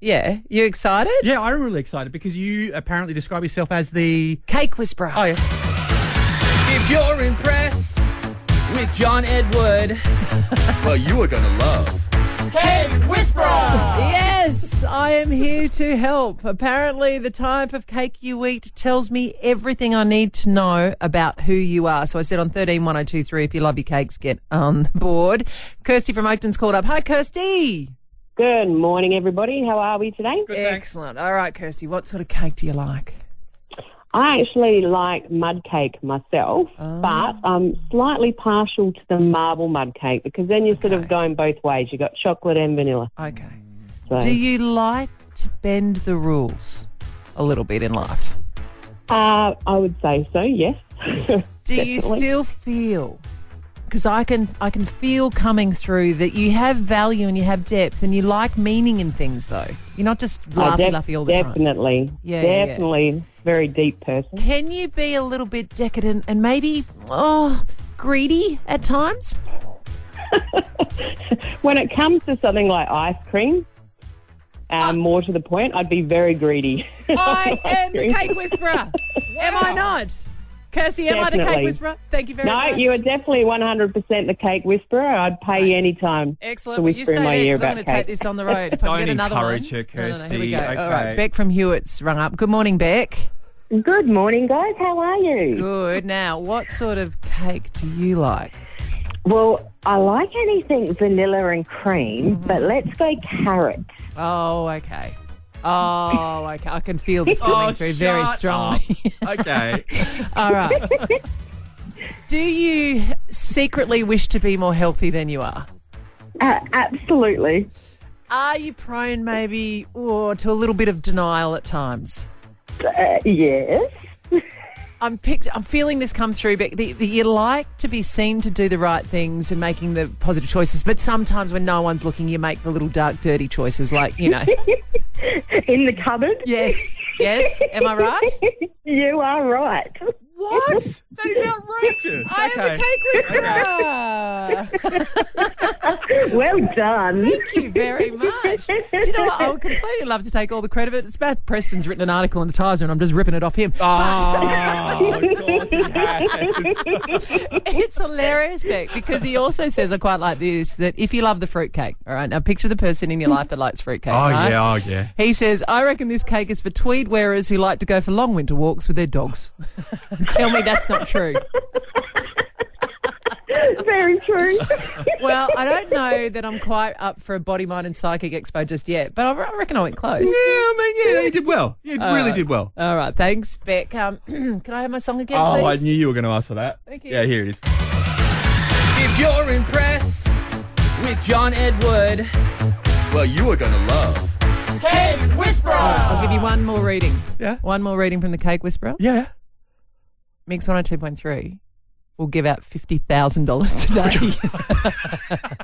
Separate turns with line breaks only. Yeah. You excited?
Yeah, I'm really excited because you apparently describe yourself as the.
Cake whisperer.
Oh, yeah.
If you're impressed with John Edward, well, you are going to love.
Yes, I am here to help. Apparently, the type of cake you eat tells me everything I need to know about who you are. So I said on 131023, if you love your cakes, get on board. Kirsty from Oakton's called up. Hi, Kirsty.
Good morning, everybody. How are we today?
Good, thanks.
Excellent. All right, Kirsty, what sort of cake do you like?
I actually like mud cake myself,
Oh.
but I'm slightly partial to the marble mud cake because then you're sort
Okay.
of going both ways. You've got chocolate and vanilla.
Okay.
So.
Do you like to bend the rules a little bit in life?
Uh, I would say so, yes.
Do you
Definitely.
still feel? Because I can, I can feel coming through that you have value and you have depth and you like meaning in things. Though you're not just
Oh,
laughy
def-
laughy all the time.
definitely.
Yeah, yeah, yeah.
definitely very deep person.
Can you be a little bit decadent and maybe oh greedy at times?
When it comes to something like ice cream,
Ah.
um, more to the point, I'd be very greedy.
I
Ice
am the
cream.
cake whisperer. Am I not? Kirsty, am I the cake
Definitely.
whisperer? Thank you very
No,
much.
you are definitely 100% the cake whisperer. I'd pay you any time.
Excellent.
to
Well, you
whisper
stay
in my
there
ear
because I'm going
about
to take
cake.
this on the road. If I
Don't
can get another
encourage
one.
her,
here we
Kirsty.
go. All
Okay.
right, Beck from Hewitt's rung up. Good morning, Beck.
Good morning, guys. How are you?
Good. Now, what sort of cake do you like?
Well, I like anything vanilla and cream,
Mm-hmm.
but let's go carrot.
Oh, okay. Oh, okay. I can feel this coming
Oh,
through very
shut
strongly.
Okay.
All right. do you secretly wish to be more healthy than you are?
Uh, absolutely.
Are you prone maybe or to a little bit of denial at times?
Uh, yes.
I'm picked. I'm feeling this come through, but the, the, you like to be seen to do the right things and making the positive choices. But sometimes when no one's looking, you make the little dark, dirty choices, like you know.
In the cupboard?
yes, yes. Am I right?
you are right.
what? That is outrageous.
I am the cake whisperer.
well done.
Thank you very much. Do you know what? I would completely love to take all the credit. It's Beth Preston's written an article in the Times, and I'm just ripping it off him.
Oh, of course he has.
It's hilarious, Beck, because he also says, I quite like this, that if you love the fruitcake, all right, now picture the person in your life that likes fruitcake.
Oh,
right?
yeah, oh, yeah.
He says, I reckon this cake is for tweed wearers who like to go for long winter walks with their dogs. Tell me that's not true.
Very true.
Well, I don't know that I'm quite up for a body, mind, and psychic expo just yet, but I re- I reckon I went close.
Yeah, I mean, yeah, he did well. He
Uh,
really did well.
All right, thanks, Beck. Um, can I have my song again,
Oh, I
please?
knew you were going to ask for that.
Thank you.
Yeah, here it is.
If you're impressed with John Edward, well, you are going to love.
I'll give you one more reading.
Yeah.
One more reading from the Cake Whisperer. oh
Yeah.
Mix 102.3 will give out $50,000 today.